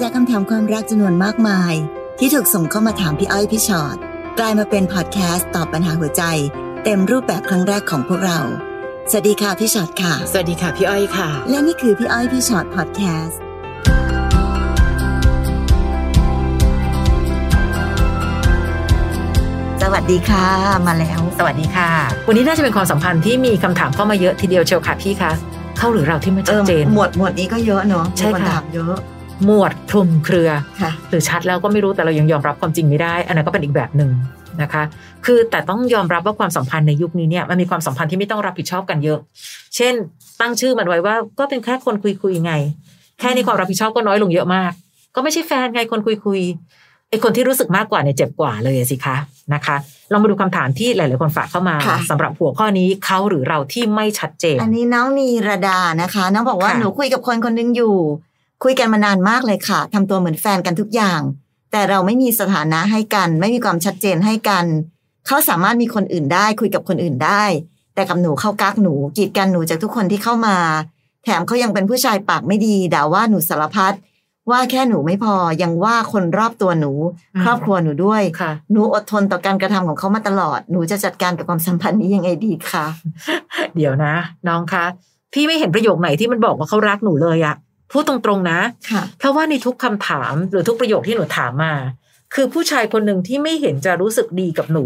จากคำถามความรักจำนวนมากมาย ที่ถูกส่งเข้ามาถามพี่อ้อยพี่ชอ็อตกลายมาเป็นพอดแคสต์ตอบปัญหาหัวใจ เต็มรูปแบบครั้งแรกของพวกเรา สวัสดีค่ะพี่ชอ็อตค่ะ สวัสดีค่ะพี่อ้อยค่ะ และนี่คือพี่อ้อยพี่ชอ็อตพอดแคสต์สวัสดีค่ะ มาแล้ว สวัสดีค่ะ วันนี้น่าจะเป็นความสัมพันธ์ที่มีคำถามเข้ามาเยอะทีเดียวเชียวค่ะพี่คะเข้าหรือเราที่มัน เอ ชัด อ เจน หมวดหมวดนี้ก็เยอะเนาะ ใช่ มีน ค่ะ ถามเยอะ หมวดคลุมเครือ ค่ะ หรือชัดแล้วก็ไม่รู้แต่เรายังยอมรับความจริงไม่ได้ อันนั้นก็เป็นอีกแบบหนึ่งนะคะ คือแต่ต้องยอมรับว่าความสัมพันธ์ในยุคนี้เนี่ยมันมีความสัมพันธ์ที่ไม่ต้องรับผิดชอบกันเยอะ เช่น ตั้งชื่อมันไว้ว่าก็เป็นแค่คนคุยคุยๆไง แค่นี้ความรับผิดชอบก็น้อยลงเยอะมาก ก็ไม่ใช่แฟนไงคนคุยคุยๆไอคนที่รู้สึกมากกว่าเนี่ยเจ็บกว่าเลยอะสิคะนะคะเรามาดูคำถามที่หลาย ๆ คนฝากเข้ามา ค่ะ สำหรับหัวข้อนี้เขาหรือเราที่ไม่ชัดเจน อันนี้น้องนีระดานะคะ น้องบอกว่า ค่ะ หนูคุยกับคนคนหนึงอยู่ คุยกันมานานมากเลยค่ะทำตัวเหมือนแฟนกันทุกอย่าง แต่เราไม่มีสถานะให้กัน ไม่มีความชัดเจนให้กัน เขาสามารถมีคนอื่นได้ คุยกับคนอื่นได้ แต่กับหนูเข้ากักหนูกีดกันหนูจากทุกคนที่เข้ามา แถมเขายังเป็นผู้ชายปากไม่ดีด่าว่าหนูสารพัดว่าแค่หนูไม่พอยังว่าคนรอบตัวหนู ครอบครัวหนูด้วย ค่ะ หนูอดทนต่อการกระทำของเขามาตลอด หนูจะจัดการกับความสัมพันธ์นี้ยังไงดีคะ เดี๋ยวนะ น้องคะพี่ไม่เห็นประโยคไหนที่มันบอกว่าเขารักหนูเลยอะพูดตรงๆนะ ค่ะ เพราะว่าในทุกคำถามหรือทุกประโยคที่หนูถามมา คือผู้ชายคนหนึ่งที่ไม่เห็นจะรู้สึกดีกับหนู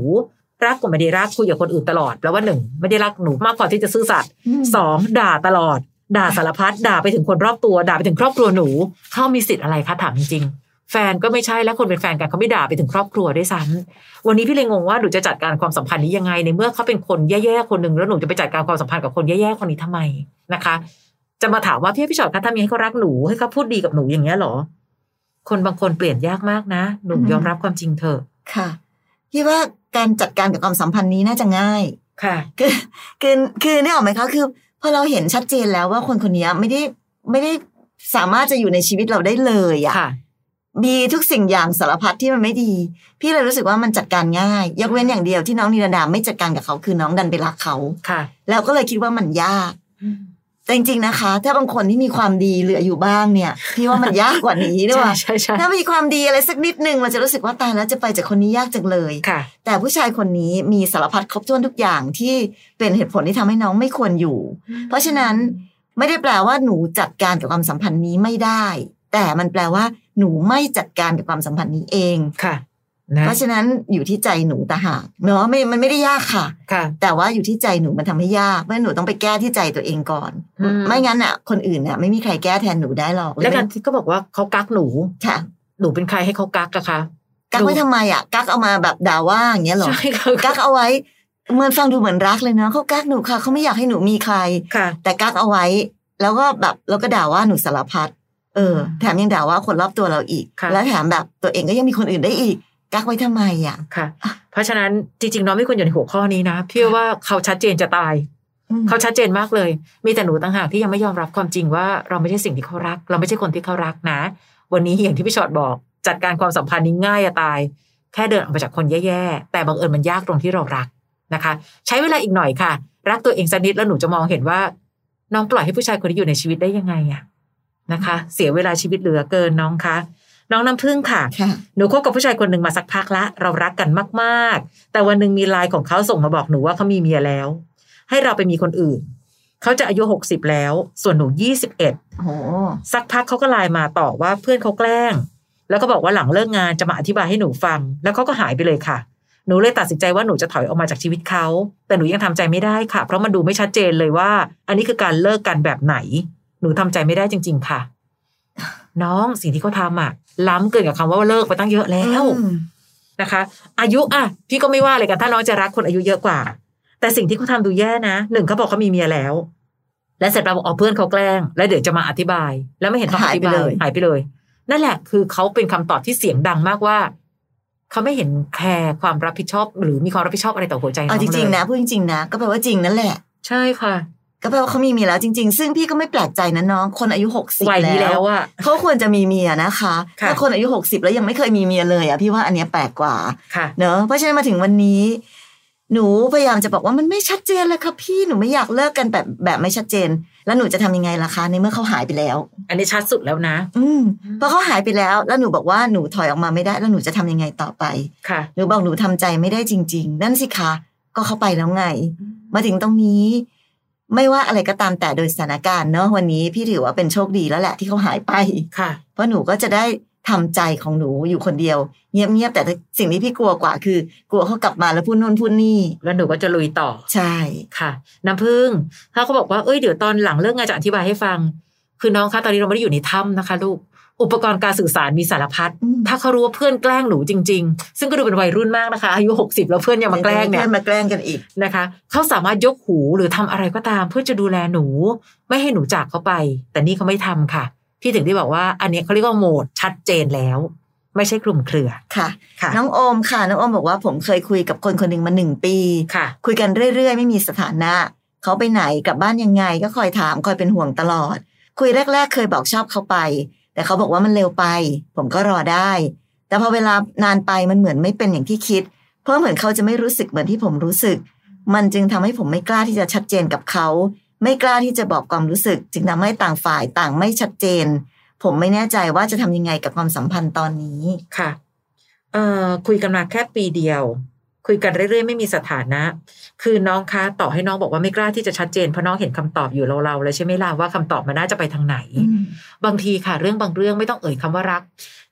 รักก็ไม่ได้รักคุยกับคนอื่นตลอดแปลว่าหนึ่งไม่ได้รักหนูมากพอที่จะซื่อสัตย์สองด่าตลอด ด่าสารพัดด่าไปถึงคนรอบตัว ด่าไปถึงครอบครัวหนูเขามีสิทธิ์อะไรคะถามจริงๆแฟนก็ไม่ใช่และคนเป็นแฟนกันเขาไม่ด่าไปถึงครอบครัวด้วยซ้ำวันนี้พี่เลยงงว่าหนูจะจัดการความสัมพันธ์นี้ยังไงในเมื่อเขาเป็นคนแย่ๆคนหนึ่งแล้วหนูจะไปจัดการความสัมพันธ์กับคนแย่ๆคนนี้ทำไมนะคะ จะมาถามว่าพี่พี่ชอตคะทำยังไงให้เขารักหนูให้เขาพูดดีกับหนูอย่างเงี้ยเหรอ คนบางคนเปลี่ยนยากมากนะ หนู อืม ยอมรับความจริงเถอะ ค่ะพี่ว่าการจัดการกับความสัมพันธ์นี้น่าจะง่าย ค่ะ คือคือคือเนี่ยออกไหมคะคือพอเราเห็นชัดเจนแล้วว่าคนคนนี้ไม่ได้ไม่ได้สามารถจะอยู่ในชีวิตเราได้เลยอะ ค่ะ มีทุกสิ่งอย่างสารพัดที่มันไม่ดี พี่เลยรู้สึกว่ามันจัดการง่าย ยกเว้นอย่างเดียวที่น้องนิรดาไม่จัดการกับเขาคือน้องดันไปรักเขา ค่ะ แล้วก็เลยคิดว่ามันยาก แต่จริงๆนะคะ ถ้าบางคนที่มีความดีเหลืออยู่บ้างเนี่ยพี่ว่ามันยากกว่านี้ด้วย ใช่ ว่ะ ใช่ใช่ ถ้ามีความดีอะไรสักนิดนึงเราจะรู้สึกว่าตายแล้วจะไปจากคนนี้ยากจังเลย ค่ะ แต่ผู้ชายคนนี้มีสารพัดครบถ้วนทุกอย่างที่เป็นเหตุผลที่ทำให้น้องไม่ควรอยู่ เพราะฉะนั้นไม่ได้แปลว่าหนูจัดการกับความสัมพันธ์นี้ไม่ได้ แต่มันแปลว่าหนูไม่จัดการกับความสัมพันธ์นี้เอง ค่ะนะ เพราะฉะนั้นอยู่ที่ใจหนูต่างหากเนาะไม่มันไม่ได้ยากค่ะ ค่ะ แต่ว่าอยู่ที่ใจหนูมันทำให้ยากเพราะฉะนั้นหนูต้องไปแก้ที่ใจตัวเองก่อน อืม ไม่งั้นอ่ะ คนอื่นอ่ะไม่มีใครแก้แทนหนูได้หรอก แล้วกันที่ก็บอกว่าเขากักหนู ค่ะ หนูเป็นใครให้เขากักอะคะ กักไว้ทำไมอ่ะกักเอามาแบบด่าว่าอย่างเงี้ยเหรอ ใช่ค่ะ กักเอาไว้เหมือนฟังดูเหมือนรักเลยเนาะเขากักหนูค่ะเขาไม่อยากให้หนูมีใคร ค่ะ แต่กักเอาไว้ แล้วก็แบบแล้วก็ด่าว่าหนูสารพัดเออ แถมยังด่าว่าคนรอบตัวเราอีก ค่ะ แล้วแถมแบบตัวเองก็ยังมีคนอื่นได้อีก กักไว้ทำไมอ่ะ ค่ะ เพราะฉะนั้นจริงๆน้องไม่ควรอยู่ในหัวข้อนี้นะพี่ว่าเขาชัดเจนจะตาย อืม เขาชัดเจนมากเลย มีแต่หนูต่างหากที่ยังไม่ยอมรับความจริงว่าเราไม่ใช่สิ่งที่เขารัก เราไม่ใช่คนที่เขารักนะ วันนี้อย่างที่พี่ชอดบอก จัดการความสัมพันธ์นี้ง่ายอะตาย แค่เดินออกมาจากคนแย่ๆ แต่บังเอิญมันยากตรงที่เรารักนะคะ ใช้เวลาอีกหน่อยค่ะ รักตัวเองสักนิดแล้วหนูจะมองเห็นว่า น้องปล่อยให้ผู้ชายคนนี้อยู่ในชีวิตได้ยังไงอะนะคะ เสียเวลาชีวิตเหลือเกินน้องคะน้องน้ำพึ่งค่ะ ค่ะ หนูคบกับผู้ชายคนหนึ่งมาสักพักละเรารักกันมาก ๆ แต่วันหนึ่งมีไลน์ของเขาส่งมาบอกหนูว่าเขามีเมียแล้ว ให้เราไปมีคนอื่น เขาจะอายุหกสิบแล้ว ส่วนหนูยี่สิบเอ็ด โอ้โห สักพักเขาก็ไลน์มาต่อว่าเพื่อนเขาแกล้ง แล้วก็บอกว่าหลังเลิกงานจะมาอธิบายให้หนูฟัง แล้วเขาก็หายไปเลยค่ะ หนูเลยตัดสินใจว่าหนูจะถอยออกมาจากชีวิตเขาแต่หนูยังทำใจไม่ได้ค่ะ เพราะมันดูไม่ชัดเจนเลยว่า อันนี้คือการเลิกกันแบบไหน หนูทำใจไม่ได้จริง ๆ ค่ะ น้องสิ่งที่เขาทำอะล้ำเกินกับคำว่าเลิกไปตั้งเยอะแล้ว อืม นะคะ อายุอ่ะพี่ก็ไม่ว่าเลยกันถ้าน้องจะรักคนอายุเยอะกว่า แต่สิ่งที่เขาทำดูแย่นะหนึ่งเขาบอกเขามีเมียแล้ว และเสร็จแล้วบอกเอาเพื่อนเขาแกล้ง แล้วเดี๋ยวจะมาอธิบาย แล้วไม่เห็นต้องอธิบายหายไปเลย นั่นแหละคือเขาเป็นคำตอบที่เสียงดังมากว่าเขาไม่เห็นแคร์ความรับผิดชอบ หรือมีความรับผิดชอบอะไรต่อหัวใจน้ เอา อง จ เล ริง ย ๆนะพูดจริงๆนะก็แปลว่าจริงนั่นแหละ ใช่ค่ะ ก็แปลว่าเขามีเมียแล้วจริง ๆ ซึ่งพี่ก็ไม่แปลกใจนะน้องคนอายุหกสิบ วัยนี้ แล้ แล้ว วอะ เขาควรจะมีเมียนะคะ ค่ะ ถ้าคนอายุหกสิบแล้วยังไม่เคยมีเมียเลยอ่ะพี่ว่าอันเนี้ยแปลกกว่า ค่ะ เนอะเพราะฉะนั้นมาถึงวันนี้ หนูพยายามจะบอกว่ามันไม่ชัดเจนเลยค่ะพี่หนูไม่อยากเลิกกันแบบแบบไม่ชัดเจน แล้วหนูจะทำยังไงล่ะคะในเมื่อเขาหายไปแล้ว อันนี้ชัดสุดแล้วนะ อืมเพราะเขาหายไปแล้ว แล้วหนูบอกว่าหนูถอยออกมาไม่ได้แล้วหนูจะทำยังไงต่อไป ค่ะ หนูบอกหนูทำใจไม่ได้จริง ๆ นั่นสิคะก็เข้าไปแล้วไง มาถึงตรงนี้ ไม่ว่าอะไรก็ตามแต่โดยสถานการณ์เนอะวันนี้พี่ถือว่าเป็นโชคดีแล้วแหละที่เขาหายไป ค่ะ เพราะหนูก็จะได้ทำใจของหนูอยู่คนเดียว เงียบๆแต่สิ่งที่พี่กลัวกว่าคือ กลัวเขากลับมาแล้วพูดโน่นพูดนี่ แล้วหนูก็จะลุยต่อ ใช่ ค่ะ น้ำพึ่ง ถ้าเขาบอกว่า เอ้ย เดี๋ยวตอนหลังเลิกงานจะอธิบายให้ฟัง คือน้องคะตอนนี้เราไม่ได้อยู่ในถ้ำนะคะ ลูก อุปกรณ์การสื่อสารมีสารพัด อืม ถ้าเขารู้ว่าเพื่อนแกล้งหนูจริง ๆ ซึ่งก็ดูเป็นวัยรุ่นมากนะคะ อายุ 60 แล้วเพื่อนยังมาแกล้งเนี่ย พื่อมาแกล้งกันอีก นะคะเขาสามารถยกหูหรือทำอะไรก็ตามเพื่อจะดูแลหนู ไม่ให้หนูจากเขาไป แต่นี่เขาไม่ทำค่ะ พี่ถึงได้บอกว่า อันเนี้ยเขาเรียกว่าโหมดชัดเจนแล้ว ไม่ใช่คลุมเครือ ค่ะ ค่ะ น้องโอมค่ะ น้องโอมบอกว่าผมเคยคุยกับคนคนหนึ่งมาหนึ่งปี ค่ะ คุยกันเรื่อยๆ ไม่มีสถานะ เขาไปไหนกลับบ้านยังไง ก็คอยถามคอยเป็นห่วงตลอด คุยแรก ๆ เคยบอกชอบเขาไป แต่เขาบอกว่ามันเร็วไป ผมก็รอได้ แต่พอเวลานานไปมันเหมือนไม่เป็นอย่างที่คิด เพราะเหมือนเขาจะไม่รู้สึกเหมือนที่ผมรู้สึก มันจึงทำให้ผมไม่กล้าที่จะชัดเจนกับเขา ไม่กล้าที่จะบอกความรู้สึก จึงทำให้ต่างฝ่ายต่างไม่ชัดเจน ผมไม่แน่ใจว่าจะทำยังไงกับความสัมพันธ์ตอนนี้ ค่ะเอ่อคุยกันมาแค่ปีเดียว คุยกันเรื่อยๆ ไม่มีสถานะ คือน้องคะต่อให้น้องบอกว่าไม่กล้าที่จะชัดเจนเพราะน้องเห็นคำตอบอยู่เราๆแล้วใช่ไหมล่ะว่าคำตอบมันน่าจะไปทางไหน บางทีค่ะ เรื่องบางเรื่องไม่ต้องเอ่ยคำว่ารัก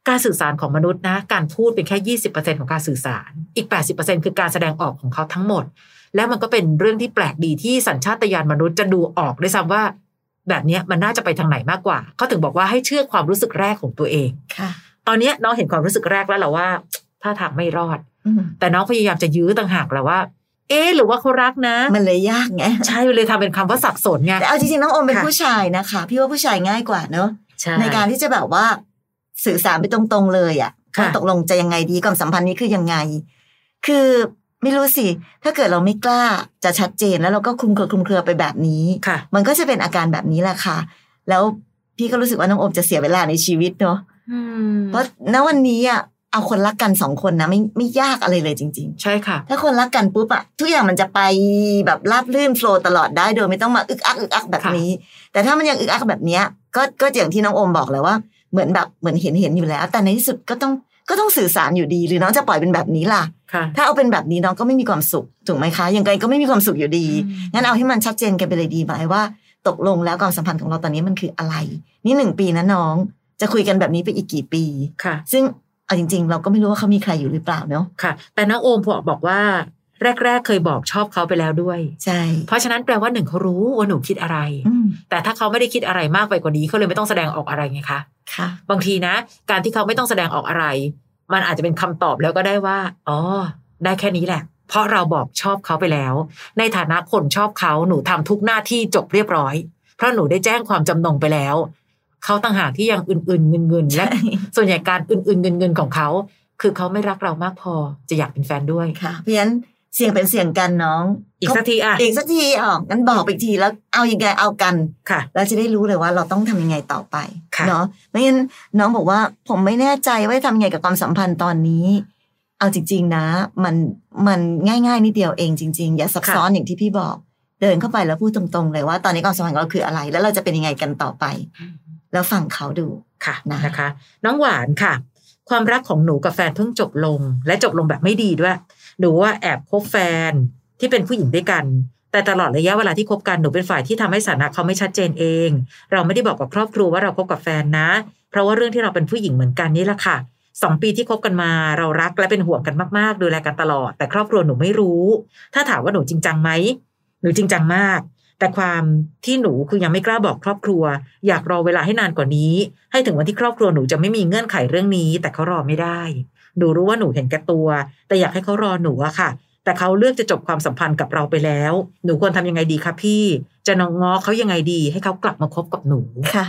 การสื่อสารของมนุษย์นะ การพูดเป็นแค่ 20%ของการสื่อสาร อีก 80%คือการแสดงออกของเขาทั้งหมด แล้วมันก็เป็นเรื่องที่แปลกดีที่สัญชาตญาณมนุษย์จะดูออกด้วยซ้ำว่า แบบเนี้ยมันน่าจะไปทางไหนมากกว่าเขาถึงบอกว่าให้เชื่อความรู้สึกแรกของตัวเอง ค่ะ ตอนเนี้ยน้องเห็นความรู้สึกแรกแล้วเหรอว่า ถ้าทางไม่รอด อืม แต่น้องพยายามจะยื้อต่างหากแล้วว่า เอ๊ะหรือว่าเขารักนะ มันเลยยากไง ใช่เลยทำเป็นคำว่าสับสนไง แต่เอาจริงๆน้องอมเป็น ค่ะ ผู้ชายนะคะ พี่ว่าผู้ชายง่ายกว่าเนอะ ใช่ ในการที่จะแบบว่าสื่อสารไปตรงๆเลยอะ ค่ะ ว่าตกลงจะยังไงดีความสัมพันธ์นี้คือยังไง คือไม่รู้สิ ถ้าเกิดเราไม่กล้าจะชัดเจนแล้วเราก็คลุมเครือคลุมเครือไปแบบนี้ ค่ะ มันก็จะเป็นอาการแบบนี้แหละค่ะ แล้วพี่ก็รู้สึกว่าน้องอมจะเสียเวลาในชีวิตเนอะเพราะณวันนี้อะเอาคนรักกันสองคนนะไม่ไม่ยากอะไรเลยจริง ๆ ใช่ค่ะ ถ้าคนรักกันปุ๊บอะทุกอย่างมันจะไปแบบราบรื่นโฟลว์ตลอดได้โดยไม่ต้องมาอึกอักอึกอักแบบนี้ แต่ถ้ามันยังอึกอักแบบเนี้ยก็ก็อย่างที่น้องโอมบอกแหล้วว่าเหมือนแบบเหมือนเห็นเห็นอยู่แล้ว แต่ในที่สุดก็ต้องก็ต้องสื่อสารอยู่ดี หรือน้องจะปล่อยเป็นแบบนี้ล่ะ ค่ะ ถ้าเอาเป็นแบบนี้น้องก็ไม่มีความสุขถูกไหมคะยังไงก็ไม่มีความสุขอยู่ดี งั้นเอาให้มันชัดเจนกันไปเลยดีไหมว่า ตกลงแล้วความสัมพันธ์ของเราตอนนี้มันคืออะไร นี่หนึ่งปีนะน้อง จะคุยกันแบบนี้ไปอีกกี่ปี ค่ะ ซึ่งเอาจริง ๆ เราก็ไม่รู้ว่าเขามีใครอยู่หรือเปล่าเนาะ ค่ะ แต่น้องโอมบอกบอกว่า แรก ๆ เคยบอกชอบเขาไปแล้วด้วย ใช่ เพราะฉะนั้นแปลว่าหนึ่งเขารู้ว่าหนูคิดอะไร อืม แต่ถ้าเขาไม่ได้คิดอะไรมากไปกว่านี้เขาเลยไม่ต้องแสดงออกอะไรไงคะ ค่ะ บางทีนะ การที่เขาไม่ต้องแสดงออกอะไร มันอาจจะเป็นคำตอบแล้วก็ได้ว่า อ๋อ ได้แค่นี้แหละ เพราะเราบอกชอบเขาไปแล้ว ในฐานะคนชอบเขาหนูทำทุกหน้าที่จบเรียบร้อย เพราะหนูได้แจ้งความจำนงไปแล้ว เขาต่างหากที่ยังอื่นๆเงินเงินๆและ ส่วนใหญ่การอื่นๆเงินเงินๆของเขา คือเขาไม่รักเรามากพอจะอยากเป็นแฟนด้วย ค่ะ เพราะฉะนั้นเสียงเป็นเสียงกันน้อง อีกสักทีอ่ะ อีกสักทีอ๋องั้นบอกไปอีกทีแล้วเอายังไงเอากัน ค่ะ เราจะได้รู้เลยว่าเราต้องทำยังไงต่อไป ค่ะ เนาะไม่งั้นน้องบอกว่าผมไม่แน่ใจว่าจะทำยังไงกับความสัมพันธ์ตอนนี้ เอาจริง ๆ นะ มันมันง่ายๆนิดเดียวเองจริง ๆ อย่าซับซ้อนอย่างที่พี่บอก เดินเข้าไปแล้วพูดตรงๆ เลยว่าตอนนี้ความสัมพันธ์ของเราคืออะไร แล้วเราจะเป็นยังไงกันต่อไป แล้วฟังเขาดู ค่ะ นะ นะคะ น้องหวานค่ะ ความรักของหนูกับแฟนเพิ่งจบลง และจบลงแบบไม่ดีด้วย หนูว่าแอบคบแฟนที่เป็นผู้หญิงด้วยกัน แต่ตลอดระยะเวลาที่คบกันหนูเป็นฝ่ายที่ทำให้สถานะเขาไม่ชัดเจนเอง เราไม่ได้บอกกับครอบครัวว่าเราคบกับแฟนนะ เพราะว่าเรื่องที่เราเป็นผู้หญิงเหมือนกันนี่แหละค่ะสองปีที่คบกันมาเรารักและเป็นห่วงกันมากๆ ดูแลกันตลอด แต่ครอบครัวหนูไม่รู้ ถ้าถามว่าหนูจริงจังไหมหนูจริงจังมาก แต่ความที่หนูคือยังไม่กล้าบอกครอบครัว อยากรอเวลาให้นานกว่านี้ ให้ถึงวันที่ครอบครัวหนูจะไม่มีเงื่อนไขเรื่องนี้ แต่เขารอไม่ได้ หนูรู้ว่าหนูเห็นแก่ตัว แต่อยากให้เขารอหนูอะค่ะ แต่เขาเลือกจะจบความสัมพันธ์กับเราไปแล้ว หนูควรทำยังไงดีคะพี่ จะนองง้อเขายังไงดี ให้เขากลับมาคบกับหนู ค่ะ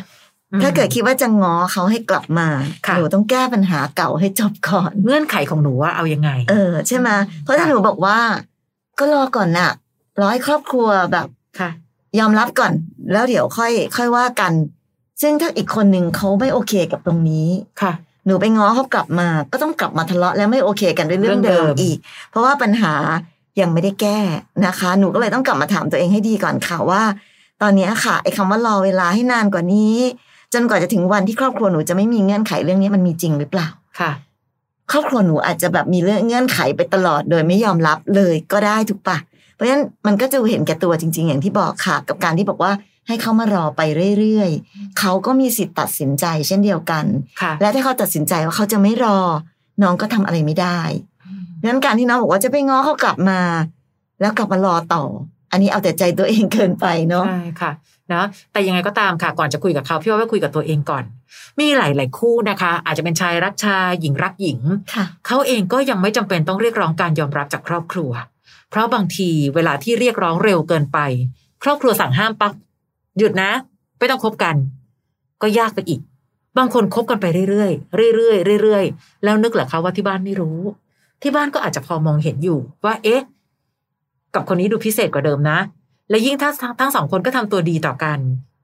ถ้าเกิดคิดว่าจะง้อเขาให้กลับมา ค่ะ หนูต้องแก้ปัญหาเก่าให้จบก่อน เงื่อนไขของหนูว่าเอายังไง เออใช่ไหมเพราะถ้า ค่ะ หนูบอกว่า ก็รอก่อนน่ะรอให้ครอบครัวแบบ ค่ะ ยอมรับก่อน แล้วเดี๋ยวค่อย ค่อยว่ากัน ซึ่งถ้าอีกคนหนึ่งเขาไม่โอเคกับตรงนี้ ค่ะ หนูไปง้อเขากลับมา ก็ต้องกลับมาทะเลาะแล้วไม่โอเคกันด้วยเรื่อง เรื่องเดิ เดิ ม มอีก เพราะว่าปัญหา ยังไม่ได้แก้นะคะ หนูก็เลยต้องกลับมาถามตัวเองให้ดีก่อนค่ะว่า ตอนเนี้ยค่ะไอ้คำว่ารอเวลาให้นานกว่านี้ จนกว่าจะถึงวันที่ครอบครัวหนูจะไม่มีเงื่อนไขเรื่องนี้มันมีจริงหรือเปล่า ค่ะ ครอบครัวหนูอาจจะแบบมีเรื่องเงื่อนไขไปตลอดโดยไม่ยอมรับเลยก็ได้ถูกปะเพราะฉะนั้นมันก็จะเห็นแก่ตัวจริง ๆ อย่างที่บอกค่ะ กับการที่บอกว่าให้เขามารอไปเรื่อยๆเขาก็มีสิทธิ์ตัดสินใจเช่นเดียวกัน ค่ะ และถ้าเขาตัดสินใจว่าเขาจะไม่รอ น้องก็ทำอะไรไม่ได้ดังนั้นการที่น้องบอกว่าจะไปง้อเขากลับมา แล้วกลับมารอต่อ อันนี้เอาแต่ใจตัวเองเกินไปเนาะ ใช่ค่ะนะแต่ยังไงก็ตามค่ะ ก่อนจะคุยกับเขาพี่ว่าไปคุยกับตัวเองก่อน มีหลาย ๆ คู่นะคะ อาจจะเป็นชายรักชายหญิงรักหญิง ค่ะ เขาเองก็ยังไม่จำเป็นต้องเรียกร้องการยอมรับจากครอบครัว เพราะบางทีเวลาที่เรียกร้องเร็วเกินไป ครอบครัวสั่งห้ามปั๊บหยุดนะ ไม่ต้องคบกัน ก็ยากไปอีก บางคนคบกันไปเรื่อยๆเรื่อยๆเรื่อยๆแล้วนึกเหรอคะว่าที่บ้านไม่รู้ ที่บ้านก็อาจจะพอมองเห็นอยู่ว่า เอ๊ะ กับคนนี้ดูพิเศษกว่าเดิมนะ และยิ่งถ้าทั้งสองคนก็ทำตัวดีต่อกัน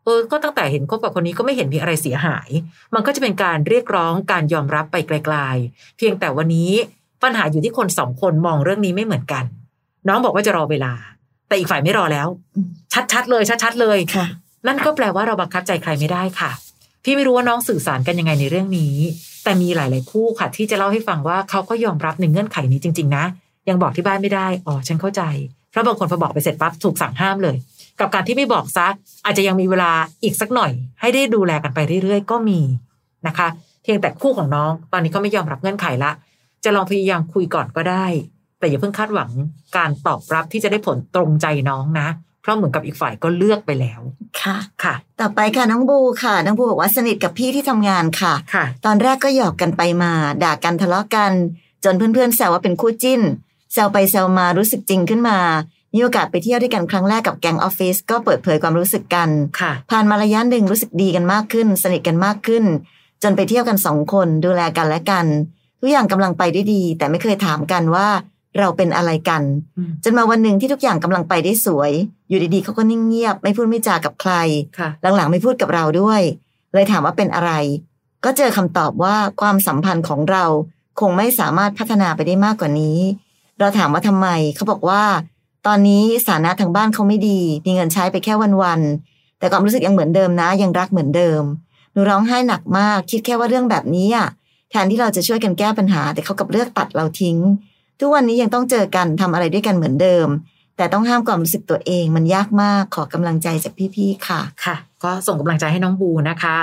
เออ ก็ตั้งแต่เห็นคบกับคนนี้ก็ไม่เห็นมีอะไรเสียหาย มันก็จะเป็นการเรียกร้องการยอมรับไปไกล ๆ เพียงแต่วันนี้ปัญหาอยู่ที่คนสองคนมองเรื่องนี้ไม่เหมือนกัน น้องบอกว่าจะรอเวลา แต่อีกฝ่ายไม่รอแล้ว อืม ชัดๆเลยชัดๆเลย ค่ะ นั่นก็แปลว่าเราบังคับใจใครไม่ได้ค่ะ พี่ไม่รู้ว่าน้องสื่อสารกันยังไงในเรื่องนี้ แต่มีหลาย ๆ คู่ค่ะ ที่จะเล่าให้ฟังว่าเขาก็ยอมรับในเงื่อนไขนี้จริง ๆ นะ ยังบอกที่บ้านไม่ได้อ๋อฉันเข้าใจเพราะบางคนพอบอกไปเสร็จปั๊บถูกสั่งห้ามเลย กับการที่ไม่บอกซะอาจจะยังมีเวลาอีกสักหน่อย ให้ได้ดูแลกันไปเรื่อย ๆ ก็มีนะคะ เพียงแต่คู่ของน้อง ตอนนี้ก็ไม่ยอมรับเงื่อนไขละ จะลองพยายามคุยก่อนก็ได้ แต่อย่าเพิ่งคาดหวังการตอบรับที่จะได้ผลตรงใจน้องนะ เพราะเหมือนกับอีกฝ่ายก็เลือกไปแล้ว ค่ะ ค่ะ ต่อไปค่ะน้องบูค่ะน้องบูบอกว่าสนิทกับพี่ที่ทำงานค่ะ ค่ะ ตอนแรกก็หยอกกันไปมา ด่ากันทะเลาะกัน จนเพื่อนๆแซวว่าเป็นคู่จิ้นแซวไปแซวมารู้สึกจริงขึ้นมา มีโอกาสไปเที่ยวด้วยกันครั้งแรกกับแก๊งออฟฟิศก็เปิดเผยความรู้สึกกัน ค่ะ ผ่านมาระยะหนึ่งรู้สึกดีกันมากขึ้น สนิทกันมากขึ้น จนไปเที่ยวกันสองคนดูแลกันและกัน ทุกอย่างกำลังไปได้ดี แต่ไม่เคยถามกันว่าเราเป็นอะไรกัน อืม จนมาวันหนึ่งที่ทุกอย่างกำลังไปได้สวย อยู่ดีๆเขาก็นิ่งเงียบ ไม่พูดไม่จากับใคร ค่ะ หลังๆไม่พูดกับเราด้วย เลยถามว่าเป็นอะไร ก็เจอคำตอบว่าความสัมพันธ์ของเราคงไม่สามารถพัฒนาไปได้มากกว่านี้ เราถามว่าทำไม เขาบอกว่า ตอนนี้สถานะทางบ้านเขาไม่ดี มีเงินใช้ไปแค่วันๆแต่ความรู้สึกยังเหมือนเดิมนะ ยังรักเหมือนเดิมหนูร้องไห้หนักมาก คิดแค่ว่าเรื่องแบบนี้อ่ะแทนที่เราจะช่วยกันแก้ปัญหา แต่เขากลับเลือกตัดเราทิ้ง ทุกวันนี้ยังต้องเจอกันทำอะไรด้วยกันเหมือนเดิม แต่ต้องห้ามความรู้สึกตัวเองมันยากมากขอกำลังใจจากพี่ๆค่ะ ค่ะ ก็ส่งกำลังใจให้น้องบูนะคะ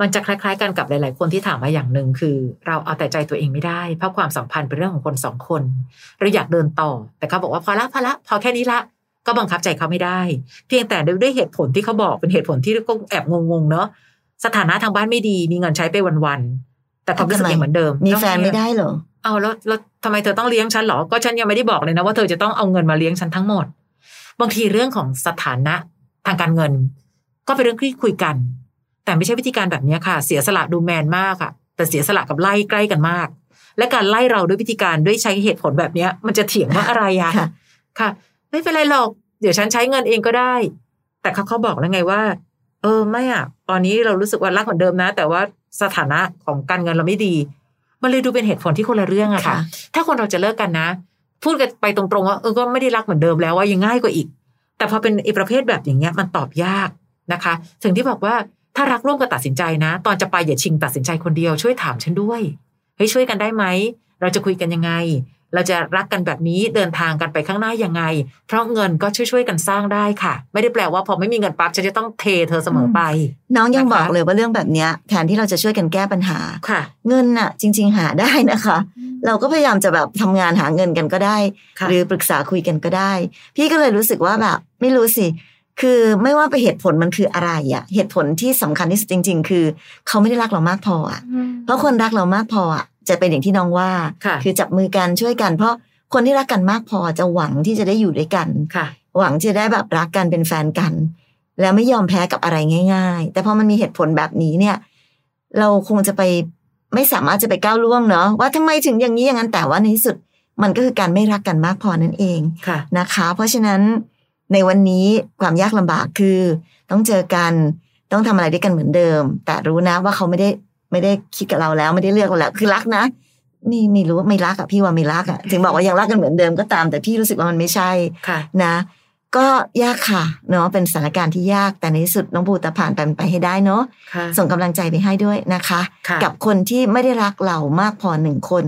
มันจะคล้าย ๆ กันกับหลาย ๆ คนที่ถามมาอย่างหนึ่งคือ เราเอาแต่ใจตัวเองไม่ได้ เพราะความสัมพันธ์เป็นเรื่องของคนสองคนเราอยากเดินต่อ แต่เขาบอกว่าพอละพอละพอแค่นี้ละ ก็บังคับใจเขาไม่ได้ เพียงแต่ด้วยด้วยเหตุผลที่เขาบอกเป็นเหตุผลที่ก็แอบงงๆเนาะสถานะทางบ้านไม่ดีมีเงินใช้ไปวันๆแต่ความรู้สึกยังเหมือนเดิม มีแฟนไม่ได้เหรอ เอาแล้วแล้วทำไมเธอต้องเลี้ยงฉันเหรอก็ฉันยังไม่ได้บอกเลยนะว่าเธอจะต้องเอาเงินมาเลี้ยงฉันทั้งหมด บางทีเรื่องของสถานะทางการเงิน ก็เป็นเรื่องที่คุยกัน แต่ไม่ใช่วิธีการแบบเนี้ยค่ะ เสียสละดูแมนมากค่ะ แต่เสียสละกับไล่ใกล้กันมาก และการไล่เราด้วยวิธีการด้วยใช้เหตุผลแบบเนี้ย มันจะเถียงว่าอะไรอะ ค่ะ ค่ะ ไม่เป็นไรหรอก เดี๋ยวฉันใช้เงินเองก็ได้ แต่เขาเขาบอกแล้วไงว่า เออไม่อะตอนนี้เรารู้สึกว่ารักเหมือนเดิมนะ แต่ว่าสถานะของการเงินเราไม่ดี มันเลยดูเป็นเหตุผลที่คนละเรื่องอะค่ะ ถ้าคนเราจะเลิกกันนะ พูดกันไปตรงๆว่าเออก็ไม่ได้รักเหมือนเดิมแล้วว่ายังง่ายกว่าอีก แต่พอเป็นไอีประเภทแบบอย่างเงี้ยมันตอบยากนะคะ ถึงที่บอกว่าถ้ารักร่วมกันตัดสินใจนะ ตอนจะไปอย่าชิงตัดสินใจคนเดียวช่วยถามฉันด้วยเฮ้ยช่วยกันได้ไหมเราจะคุยกันยังไง เราจะรักกันแบบนี้เดินทางกันไปข้างหน้ายังไง เพราะเงินก็ช่วยๆกันสร้างได้ค่ะ ไม่ได้แปลว่าพอไม่มีเงินปั๊บฉันจะต้องเทเธอเสมอไป น้องยัง นะคะ บอกเลยว่าเรื่องแบบเนี้ยแทนที่เราจะช่วยกันแก้ปัญหา ค่ะ เงินน่ะ จริง ๆ หาได้นะคะ เราก็พยายามจะแบบทำงานหาเงินกันก็ได้ ค่ะ หรือปรึกษาคุยกันก็ได้ พี่ก็เลยรู้สึกว่าแบบ ไม่รู้สิ คือไม่ว่าไปเหตุผลมันคืออะไรอะเหตุผลที่สำคัญที่สุดจริง ๆ คือ เขาไม่ได้รักเรามากพออะเพราะคนรักเรามากพออะจะเป็นอย่างที่น้องว่า ค่ะ คือจับมือกันช่วยกัน เพราะคนที่รักกันมากพอจะหวังที่จะได้อยู่ด้วยกัน ค่ะ หวังจะได้แบบรักกันเป็นแฟนกัน แล้วไม่ยอมแพ้กับอะไรง่าย ๆ แต่พอมันมีเหตุผลแบบนี้เนี่ย เราคงจะไปไม่สามารถจะไปก้าวล่วงเนาะว่าทำไมถึงอย่างนี้อย่างนั้นแต่ว่าในที่สุด มันก็คือการไม่รักกันมากพอนั่นเอง ค่ะ นะคะ เพราะฉะนั้นในวันนี้ความยากลำบากคือ ต้องเจอกันต้องทำอะไรด้วยกันเหมือนเดิม แต่รู้นะว่าเขาไม่ได้ไม่ได้คิดกับเราแล้วไม่ได้เลือกเราแล้วคือรักนะ นี่ไม่รู้ไม่รักอะพี่ว่าไม่รักอะถึงบอกว่ายังรักกันเหมือนเดิมก็ตาม แต่พี่รู้สึกว่ามันไม่ใช่ ค่ะ นะ ก็ยากค่ะเนาะเป็นสถานการณ์ที่ยากแต่ในที่สุดน้องภูตะผ่านมันไปให้ได้เนาะ ค่ะ ส่งกำลังใจไปให้ด้วยนะคะ ค่ะ กับคนที่ไม่ได้รักเรามากพอหนึ่งคน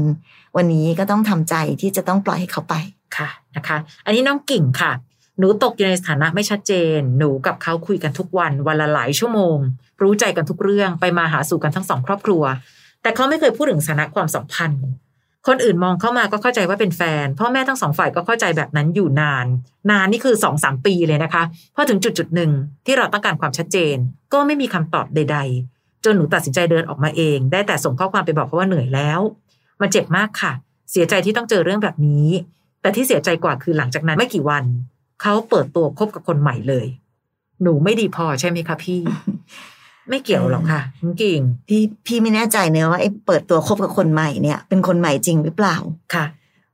วันนี้ก็ต้องทำใจที่จะต้องปล่อยให้เขาไป ค่ะนะคะ อันนี้น้องกิ่งค่ะ หนูตกอยู่ในสถานะไม่ชัดเจน หนูกับเขาคุยกันทุกวัน วันละหลายชั่วโมง รู้ใจกันทุกเรื่องไปมาหาสู่กันทั้งสองครอบครัว แต่เขาไม่เคยพูดถึงสถานะความสัมพันธ์ คนอื่นมองเข้ามาก็เข้าใจว่าเป็นแฟน พ่อแม่ทั้งสองฝ่ายก็เข้าใจแบบนั้นอยู่นาน นานนี่คือสองสามปีเลยนะคะ พอถึงจุดจุดๆหนึ่งที่เราต้องการความชัดเจน ก็ไม่มีคำตอบใด ๆ จนหนูตัดสินใจเดินออกมาเอง ได้แต่ส่งข้อความไปบอกเขาว่าเหนื่อยแล้ว มันเจ็บมากค่ะ เสียใจที่ต้องเจอเรื่องแบบนี้ แต่ที่เสียใจกว่าคือหลังจากนั้นไม่กี่วัน เขาเปิดตัวคบกับคนใหม่เลย หนูไม่ดีพอใช่ไหมคะพี่ ไม่เกี่ยวหรอกค่ะคุณกิ่ง พี่พี่ไม่แน่ใจเนอะว่าไอ้เปิดตัวคบกับคนใหม่เนี่ย เป็นคนใหม่จริงหรือเปล่า ค่ะ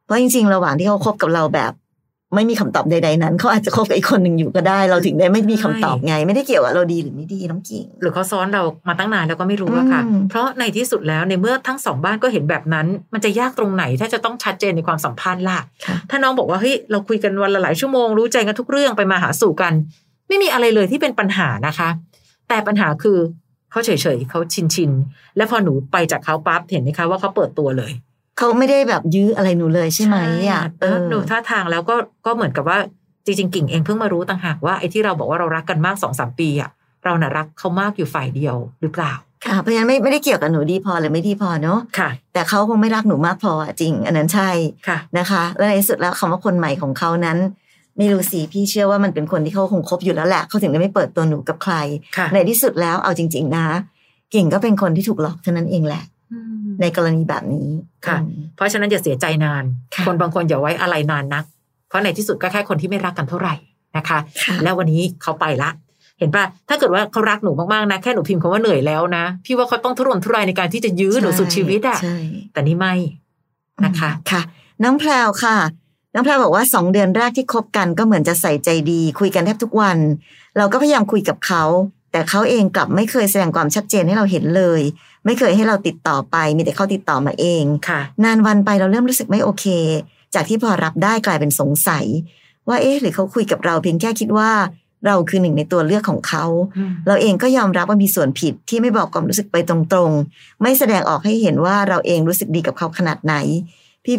เพราะจริงๆ ระหว่างที่เขาคบกับเราแบบ ไม่มีคำตอบใด ๆ นั้นเขาอาจจะคบกับอีกคนหนึ่งอยู่ก็ได้ เราถึงได้ไม่มีคำตอบไง ไม่ได้เกี่ยวกับเราดีหรือไม่ดีน้องกิ่ง หรือเขาซ้อนเรามาตั้งนานแล้วก็ไม่รู้อะค่ะ อืม เพราะในที่สุดแล้วในเมื่อทั้งสองบ้านก็เห็นแบบนั้น มันจะยากตรงไหนถ้าจะต้องชัดเจนในความสัมพันธ์ล่ะ ค่ะ ถ้าน้องบอกว่าเฮ้ยเราคุยกันวันละหลายชั่วโมงรู้ใจกันทุกเรื่องไปมาหาสู่กัน ไม่มีอะไรเลยที่เป็นปัญหานะคะ แต่ปัญหาคือเขาเฉยๆเขาชินชินๆและพอหนูไปจากเขาปั๊บเห็นไหมคะว่าเขาเปิดตัวเลย เขาไม่ได้แบบยื้ออะไรหนูเลยใช่ไหมอ่ะ เออหนูท่าทางแล้วก็ก็เหมือนกับว่าจริงๆกิ่งเองเพิ่งมารู้ต่างหากว่าไอ้ที่เราบอกว่าเรารักกันมากสองสามปีอะเราน่ะรักเขามากอยู่ฝ่ายเดียวหรือเปล่า ค่ะเพราะฉะนั้นไม่ไม่ได้เกี่ยวกับหนูดีพอหรือไม่ดีพอเนอะ ค่ะ แต่เขาคงไม่รักหนูมากพออะจริง อันนั้นใช่ ค่ะ นะคะ และในที่สุดแล้วคำว่าคนใหม่ของเขานั้น ไม่รู้สิพี่เชื่อว่ามันเป็นคนที่เขาคงคบอยู่แล้วแหละเขาถึงได้ไม่เปิดตัวหนูกับใคร ค่ะ ในที่สุดแล้วเอาจริง ๆ นะ กิ่งก็เป็นคนที่ถูกหลอกเท่านั้นเองแหละ อืม ในกรณีแบบนี้ ค่ะ อืม เพราะฉะนั้นอย่าเสียใจนาน ค่ะ คนบางคนอย่าไว้อะไรนานนัก เพราะในที่สุดก็แค่คนที่ไม่รักกันเท่าไหร่นะคะ ค่ะ แล้ววันนี้เขาไปละ เห็นป่ะ ถ้าเกิดว่าเขารักหนูมากๆนะ แค่หนูพิมพ์คำว่าเหนื่อยแล้วนะ พี่ว่าเขาต้องทุรนทุรายในการที่จะยื้อหนูสุดชีวิตอะ ใช่ แต่นี่ไม่ นะคะ ค่ะ น้องแพรวค่ะ น้องแพรวบอกว่าสองเดือนแรกที่คบกันก็เหมือนจะใส่ใจดี คุยกันแทบทุกวัน เราก็พยายามคุยกับเขา แต่เขาเองกลับไม่เคยแสดงความชัดเจนให้เราเห็นเลย ไม่เคยให้เราติดต่อไป มีแต่เขาติดต่อมาเอง ค่ะ นานวันไปเราเริ่มรู้สึกไม่โอเค จากที่พอรับได้กลายเป็นสงสัย ว่าเอ๊ะหรือเขาคุยกับเราเพียงแค่คิดว่า เราคือหนึ่งในตัวเลือกของเขา เราเองก็ยอมรับว่ามีส่วนผิดที่ไม่บอกความรู้สึกไปตรงๆ ไม่แสดงออกให้เห็นว่าเราเองรู้สึกดีกับเขาขนาดไหน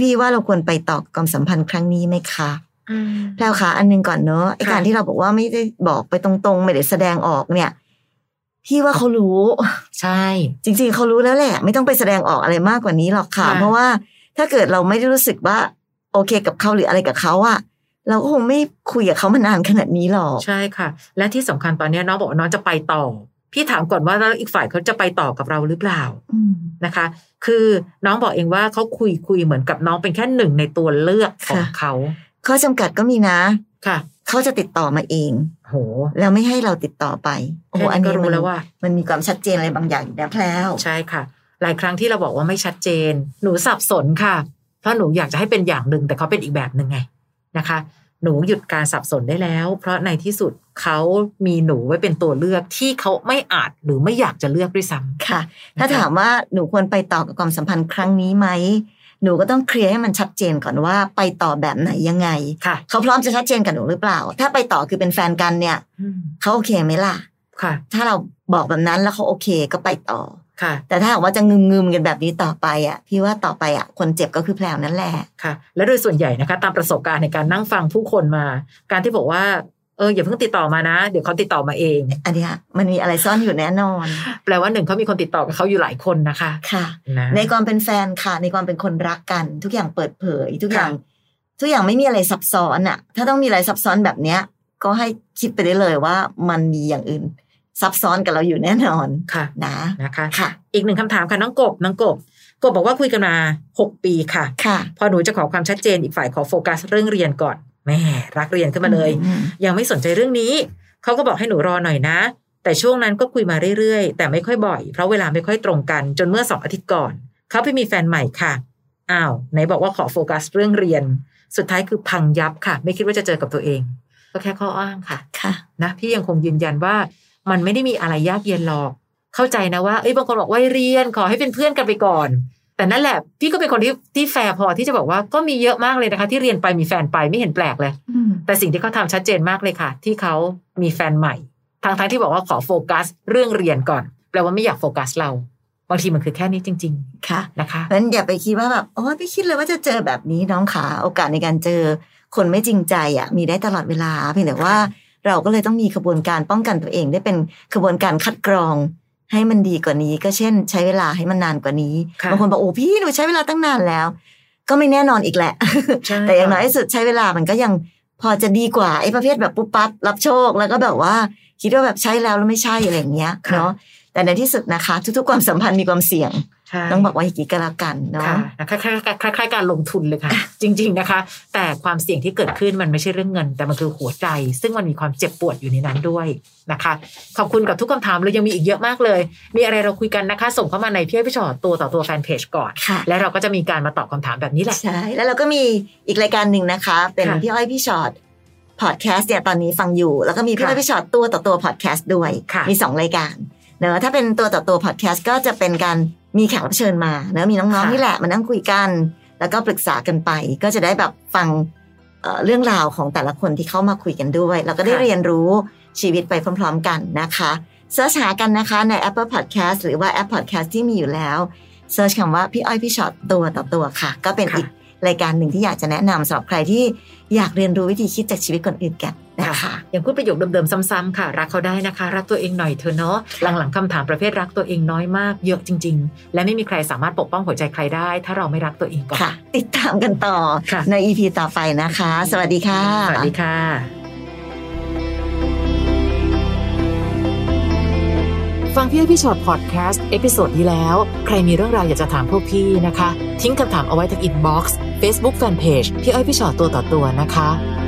พี่ๆว่าเราควรไปต่อความสัมพันธ์ครั้งนี้ไหมคะแพลวคะอันหนึงก่อนเนอะไอ ค่ะ การที่เราบอกว่าไม่ได้บอกไปตรงๆ ไม่ได้แสดงออกเนี่ย พี่ว่าเขารู้ ใช่ จริงๆเขารู้แล้วแหละ ไม่ต้องไปแสดงออกอะไรมากกว่านี้หรอกค่ะ ค่ะ เพราะว่าถ้าเกิดเราไม่ได้รู้สึกว่า โอเคกับเขาหรืออะไรกับเขาอะเราก็คงไม่คุยกับเขามานานขนาดนี้หรอก ใช่ค่ะ และที่สำคัญตอนนี้น้องบอกว่าน้องจะไปต่อ พี่ถามก่อนว่าแล้วอีกฝ่ายเขาจะไปต่อกับเราหรือเปล่า อืม นะคะ คือน้องบอกเองว่าเขาคุยคุยเหมือนกับน้องเป็นแค่หนึ่งในตัวเลือกของ ค่ะ เขา ข้อจำกัดก็มีนะ ค่ะ เขาจะติดต่อมาเอง โห แล้วไม่ให้เราติดต่อไปโอ้ แค่ โหอัน นี้นี้ก็รู้ มัน แล้วว่า มันมีความชัดเจนอะไรบางอย่างอยู่แล้วแพลว ใช่ค่ะ หลายครั้งที่เราบอกว่าไม่ชัดเจน หนูสับสนค่ะ เพราะหนูอยากจะให้เป็นอย่างหนึ่งแต่เขาเป็นอีกแบบหนึ่งไงนะคะ หนูหยุดการสับสนได้แล้ว เพราะในที่สุดเขามีหนูไว้เป็นตัวเลือกที่เขาไม่อาจหรือไม่อยากจะเลือกด้วยซ้ำ ค่ะ ถ้า นะคะ ถามว่าหนูควรไปต่อกับความสัมพันธ์ครั้งนี้ไหม หนูก็ต้องเคลียร์ให้มันชัดเจนก่อนว่าไปต่อแบบไหนยังไง ค่ะ เขาพร้อมจะชัดเจนกับหนูหรือเปล่า ถ้าไปต่อคือเป็นแฟนกันเนี่ย อืม เขาโอเคไหมล่ะ ค่ะ ถ้าเราบอกแบบนั้นแล้วเขาโอเคก็ไปต่อ ค่ะ แต่ถ้าหากว่าจะงึมงมๆกันแบบนี้ต่อไปอ่ะ พี่ว่าต่อไปอ่ะ คนเจ็บก็คือแพลวนั่นแหละ ค่ะ และโดยส่วนใหญ่นะคะ ตามประสบการณ์ในการนั่งฟังผู้คนมา การที่บอกว่าเอออย่าเพิ่งติดต่อมานะ เดี๋ยวเขาติดต่อมาเอง อันเนี้ยมันมีอะไรซ่อนอยู่แน่นอน แปลว่าหนึ่งเขามีคนติดต่อกับเขาอยู่หลายคนนะคะ ค่ะ นะ ในความเป็นแฟนค่ะ ในความเป็นคนรักกัน ทุกอย่างเปิดเผย ทุกอย่าง ทุกอย่างไม่มีอะไรซับซ้อนอ่ะ ถ้าต้องมีอะไรซับซ้อนแบบเนี้ย ก็ให้คิดไปได้เลยว่ามันมีอย่างอื่น ซับซ้อนกับเราอยู่แน่นอน ค่ะ นะ นะคะ ค่ะ อีกหนึ่งคำถามค่ะน้องกบน้องกบกบบอกว่าคุยกันมาหกปีค่ะ ค่ะ พอหนูจะขอความชัดเจนอีกฝ่ายขอโฟกัสเรื่องเรียนก่อนแหม่รักเรียนขึ้นมาเลย อืม ยังไม่สนใจเรื่องนี้ เขาก็บอกให้หนูรอหน่อยนะ แต่ช่วงนั้นก็คุยมาเรื่อยๆ แต่ไม่ค่อยบ่อย เพราะเวลาไม่ค่อยตรงกันจนเมื่อสองอาทิตย์ก่อน เขาไปมีแฟนใหม่ค่ะอ้าวไหนบอกว่าขอโฟกัสเรื่องเรียน สุดท้ายคือพังยับค่ะ ไม่คิดว่าจะเจอกับตัวเอง ก็แค่ข้ออ้างค่ะ ค่ะ นะพี่ยังคงยืนยันว่ามันไม่ได้มีอะไรยากเย็นหรอก เข้าใจนะว่าเอ้ยบางคนบอกว่าเรียนขอให้เป็นเพื่อนกันไปก่อน แต่ แต่นั่นแหละพี่ก็เป็นคนที่ที่แฟร์พอที่จะบอกว่าก็มีเยอะมากเลยนะคะ ที่เรียนไปมีแฟนไปไม่เห็นแปลกเลย อืม แต่สิ่งที่เขาทำชัดเจนมากเลยค่ะ ที่เขามีแฟนใหม่ทางทั้งๆที่บอกว่าขอโฟกัสเรื่องเรียนก่อนแปลว่าไม่อยากโฟกัสเรา บางทีมันคือแค่นี้จริง ค่ะ ๆ นะคะ เพราะฉะนั้นอย่าไปคิดว่าแบบโอ้ยไม่คิดเลยว่าจะเจอแบบนี้น้องขาโอกาสในการเจอ คนไม่จริงใจอ่ะมีได้ตลอดเวลา เพียงแต่ว่าเราก็เลยต้องมีขบวนการป้องกันตัวเองได้เป็นขบวนการคัดกรอง ให้มันดีกว่านี้ก็เช่น ใช้เวลาให้มันนานกว่านี้ ค่ะ บางคนบอกโอ้พี่หนูใช้เวลาตั้งนานแล้ว ก็ไม่แน่นอนอีกแหละ ใช่ แต่อย่างน้อยที่สุดใช้เวลามันก็ยังพอจะดีกว่าไอ้ประเภทแบบปุ๊บปั๊บรับโชค แล้วก็แบบว่าคิดว่าแบบใช้แล้วแล้วไม่ใช่อะไรอย่างเงี้ยเนาะแต่ในที่สุดนะคะ ทุกๆความสัมพันธ์มีความเสี่ยง ใช่ ต้องบอกว่าอย่างนี้ก็แล้วกันเนาะ ค่ะนะคะคล้ายๆคล้ายๆคล้ายๆการลงทุนเลยค่ะ จริง ๆนะคะ แต่ความเสี่ยงที่เกิดขึ้นมันไม่ใช่เรื่องเงิน แต่มันคือหัวใจ ซึ่งมันมีความเจ็บปวดอยู่ในนั้นด้วยนะคะ ขอบคุณกับทุกคำถามเลยยังมีอีกเยอะมากเลย มีอะไรเราคุยกันนะคะ ส่งเข้ามาในพี่อ้อยพี่ชอตตัวต่อตัวแฟนเพจก่อน ค่ะ และเราก็จะมีการมาตอบคำถามแบบนี้แหละ ใช่แล้วเราก็มีอีกรายการหนึ่งนะคะ เป็น ค่ะ พี่อ้อยพี่ชอตพอดแคสต์เนี่ยตอนนี้ฟังอยู่ แล้วก็มีพี่ ค่ะ อ้อยพี่ชอตตัวต่อตัวพอดแคสต์ด้วย ค่ะ มีสองรายการเนอะถ้าเป็นตัวต่อตัวพอดแคสต์ก็จะเป็นการมีแขกรับเชิญมาเนอะมีน้องๆนี่แหละมานั่งคุยกัน แล้วก็ปรึกษากันไปก็จะได้แบบฟังเอ่อเรื่องราวของแต่ละคนที่เข้ามาคุยกันด้วย แล้วก็ได้ ค่ะ เรียนรู้ชีวิตไปพร้อม ๆ กันนะคะเสิร์ชหากันนะคะใน Apple Podcast หรือว่าแอป Podcast ที่มีอยู่แล้วเสิร์ชคำว่าพี่อ้อยพี่ช็อตตัวต่อตัวค่ะ ก็เป็นอีกรายการหนึ่งที่อยากจะแนะนำสำหรับใครที่อยากเรียนรู้วิธีคิดจากชีวิตคนอื่นกันนะคะ อย่างพูดประโยคเดิมๆซ้ำๆค่ะ รักเขาได้นะคะ รักตัวเองหน่อยเธอะเนาะหลังๆคำถามประเภทรักตัวเองน้อยมากเยอะจริง ๆ และไม่มีใครสามารถปกป้องหัวใจใครได้ ถ้าเราไม่รักตัวเองก่อน ค่ะ ติดตามกันต่อ ค่ะ ใน EP ต่อไปนะคะ สวัสดีค่ะ สวัสดีค่ะ ฟังพี่อ้อยพี่ชอตพอดแคสต์เอพิโซดนี้แล้ว ใครมีเรื่องราวอยากจะถามพวกพี่นะคะ ทิ้งคำถามเอาไว้ทางอินบ็อกซ์เฟซบุ๊กแฟนเพจพี่อ้อยพี่ชอตตัวต่อตัวนะคะ